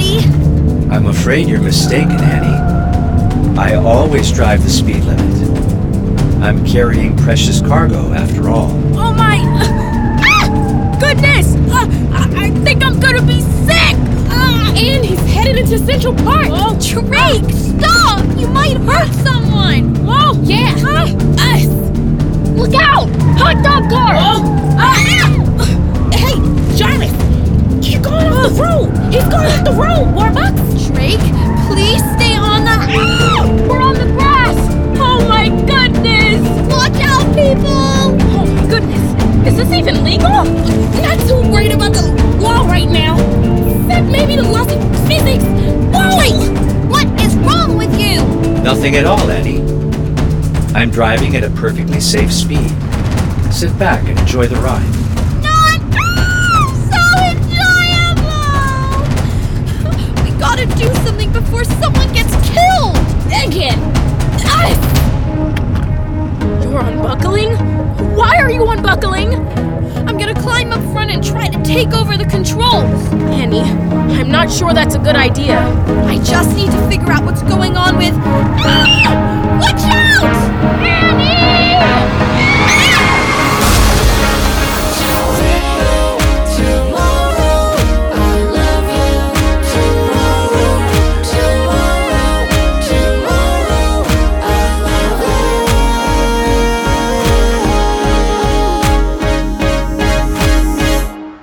Oh, I'm afraid you're mistaken, Annie. I always drive the speed limit. I'm carrying precious cargo, after all. Oh my! Ah! Goodness! Ah, I, I think I'm gonna be sick! Ah! And he's headed into Central Park! Oh, Drake! Stop! You might hurt someone! Whoa! Yeah! Us! Look out! Hot dog car! Oh. Hey, Jarvis! You're going off the road! He's going off the road, Warbucks! Drake, please stay on the... We're on the grass! Oh my goodness! Watch out, people! Oh my goodness! Is this even legal? Not too worried about the law right now. Except maybe the laws of physics. Whoa! what is wrong with you? Nothing at all, Annie. I'm driving at a perfectly safe speed. Sit back and enjoy the ride. not so enjoyable. We gotta do something before someone gets killed again. You're unbuckling. Why are you unbuckling? I'm gonna climb up front and try to take over the controls. Penny, I'm not sure that's a good idea. I just need to figure out what's going on with. Ah! Watch out! Annie!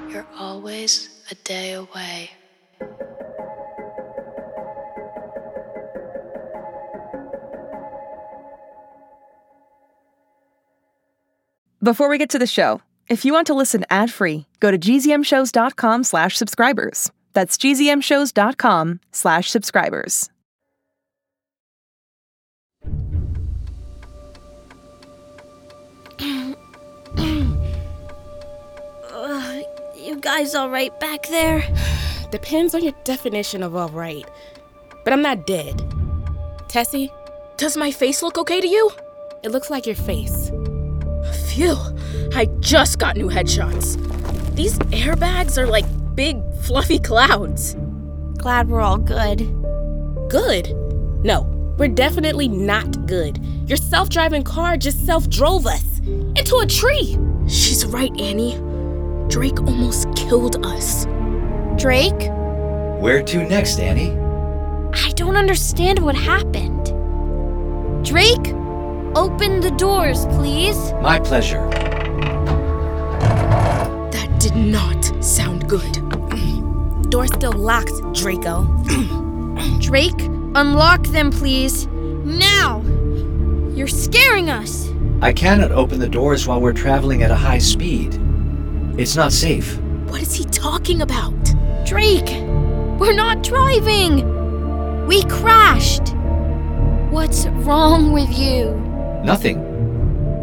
You're always a day away. Before we get to the show, if you want to listen ad-free, go to gzmshows.com slash subscribers. That's gzmshows.com slash subscribers. You guys all right back there? Depends on your definition of all right. But I'm not dead. Tessie, Does my face look okay to you? it looks like your face. Phew, I just got new headshots. These airbags are like big, fluffy clouds. Glad we're all good. Good. No, we're definitely not good. Your self driving car just self drove us into a tree. She's right, Annie. Drake almost killed us. Drake? Where to next, Annie? I don't understand what happened. Drake? Open the doors, please. My pleasure. That did not sound good. Door still locked, Draco. Drake, unlock them, please. Now! You're scaring us! I cannot open the doors while we're traveling at a high speed. It's not safe. What is he talking about? Drake! We're not driving! We crashed! What's wrong with you? Nothing.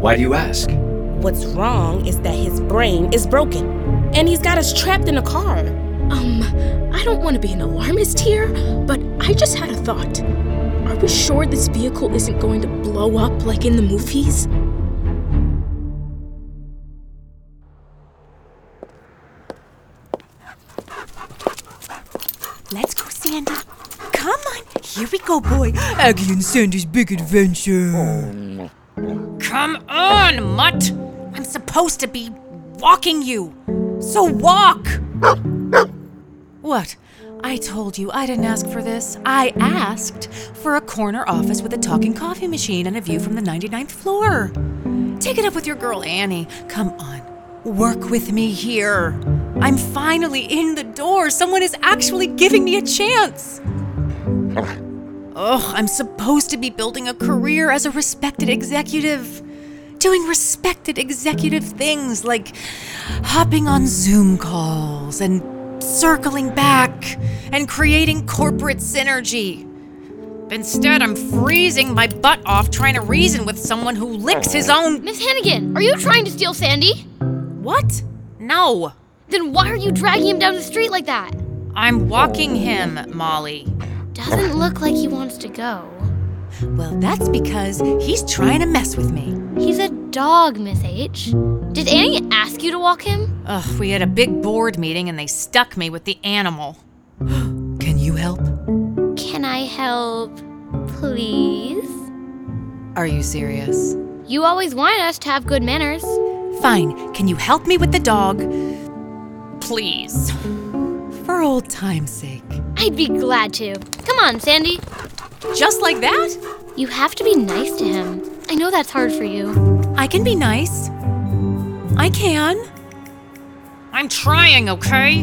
Why do you ask? What's wrong is that his brain is broken, and he's got us trapped in a car. Um, I don't want to be an alarmist here, but I just had a thought. Are we sure this vehicle isn't going to blow up like in the movies? Let's go, Sandy. Come on. Here we go, boy. Aggie and Sandy's big adventure. Come on, mutt! I'm supposed to be walking you. So walk! what? I told you I didn't ask for this. I asked for a corner office with a talking coffee machine and a view from the 99th floor. Take it up with your girl Annie. Come on. Work with me here. I'm finally in the door. Someone is actually giving me a chance. Ugh, I'm supposed to be building a career as a respected executive. Doing respected executive things like hopping on Zoom calls and circling back and creating corporate synergy. Instead, I'm freezing my butt off trying to reason with someone who licks his own. Miss Hennigan, are you trying to steal Sandy? What? No. Then why are you dragging him down the street like that? I'm walking him, Molly. Doesn't look like he wants to go. Well, that's because he's trying to mess with me. He's a dog, Miss H. Did Annie ask you to walk him? Ugh, we had a big board meeting and they stuck me with the animal. Can you help? I help, please? Are you serious? You always wanted us to have good manners. Fine, can you help me with the dog? Please. For old time's sake. I'd be glad to. Come on, Sandy. Just like that? You have to be nice to him. I know that's hard for you. I can be nice. I can. I'm trying, okay?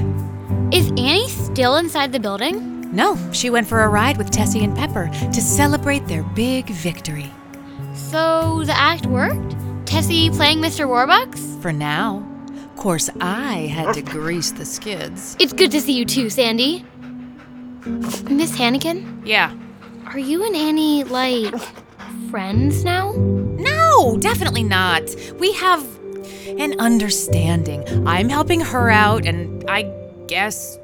Is Annie still inside the building? No, she went for a ride with Tessie and Pepper to celebrate their big victory. So the act worked? Tessie playing Mr. Warbucks? For now. Course, I had to grease the skids. It's good to see you too, Sandy. Miss Hannigan, Yeah. are you and Annie like friends now? No, definitely not. We have an understanding. I'm helping her out, and I guess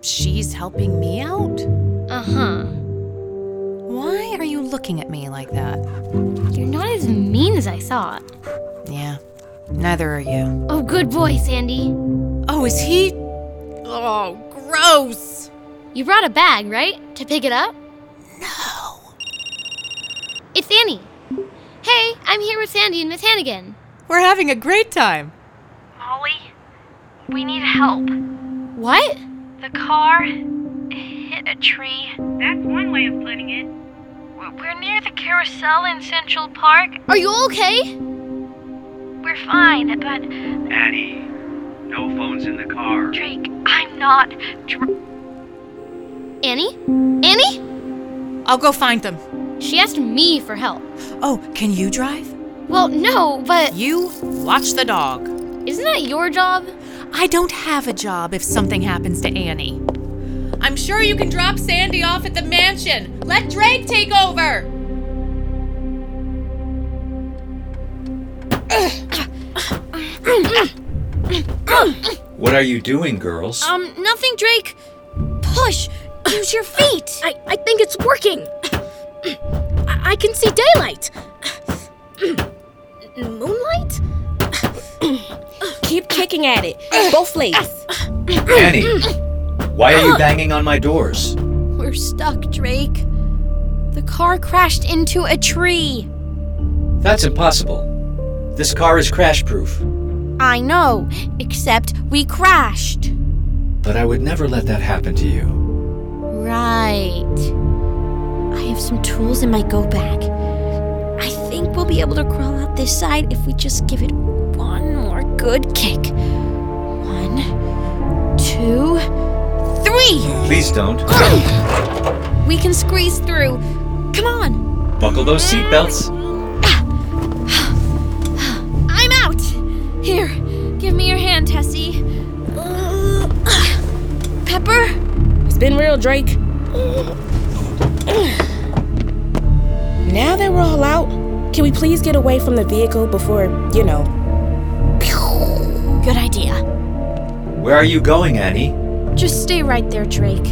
she's helping me out? Uh huh. Why are you looking at me like that? You're not as mean as I thought. Yeah, neither are you. Oh, good boy, Sandy. Oh, is he? Oh, gross! You brought a bag, right? To pick it up? No. It's Annie. Hey, I'm here with Sandy and Miss Hannigan. We're having a great time. Molly, we need help. What? The car hit a tree. That's one way of putting it. We're near the carousel in Central Park. Are you okay? We're fine, but Annie, no phones in the car. Drake, I'm not. Dr- Annie? Annie? I'll go find them. She asked me for help. Oh, can you drive? Well, no, but You watch the dog. isn't that your job? I don't have a job if something happens to Annie. I'm sure you can drop Sandy off at the mansion. Let Drake take over. What are you doing, girls? Um, nothing, Drake. Push. Use your feet. I, I think it's working. I, I can see daylight. Moonlight? Keep kicking at it. Both legs. Annie, why are you banging on my doors? We're stuck, Drake. The car crashed into a tree. That's impossible. This car is crash proof. I know, except we crashed. But I would never let that happen to you. Right. I have some tools in my go bag. I think we'll be able to crawl out this side if we just give it one more good kick. One, two, three! Please don't. We can squeeze through. Come on! Buckle those seatbelts. I'm out! Here, give me your hand, Tessie. Pepper? It's been real, Drake. Now that we're all out, can we please get away from the vehicle before, you know, Good idea. Where are you going, Annie? Just stay right there, Drake.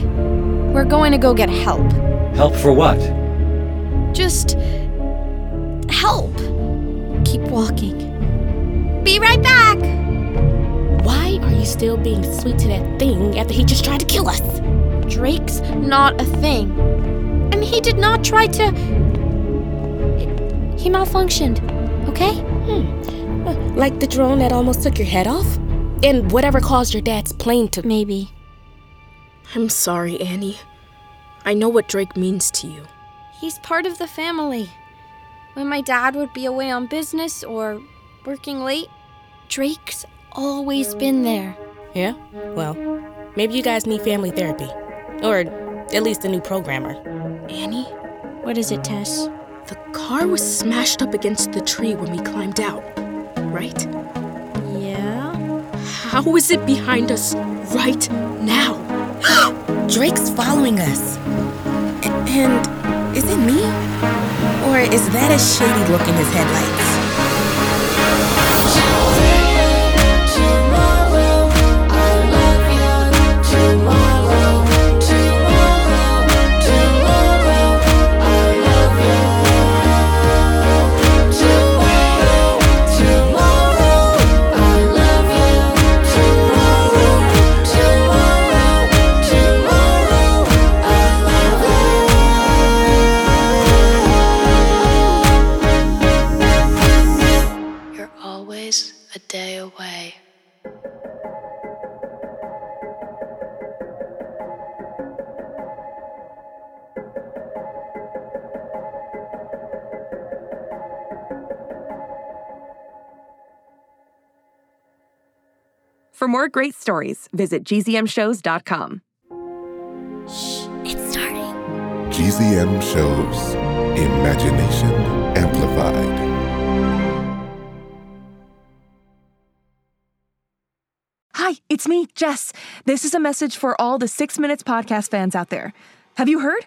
We're going to go get help. Help for what? Just help. Keep walking. Be right back. Why are you still being sweet to that thing after he just tried to kill us? Drake's not a thing. And he did not try to. He malfunctioned, okay? Like the drone that almost took your head off? And whatever caused your dad's plane to. Maybe. I'm sorry, Annie. I know what Drake means to you. He's part of the family. When my dad would be away on business or working late, Drake's always been there. Yeah? Well, maybe you guys need family therapy. Or at least a new programmer. Annie, What is it, Tess? the car was smashed up against the tree when we climbed out, right? Yeah? How is it behind us right now? Drake's following us. A- And is it me? Or is that a shady look in his headlights? Tomorrow, tomorrow, I love you. For more great stories, visit gzmshows.com. GZM shows Imagination Amplified. Hi, it's me, Jess. This is a message for all the Six Minutes podcast fans out there. Have you heard?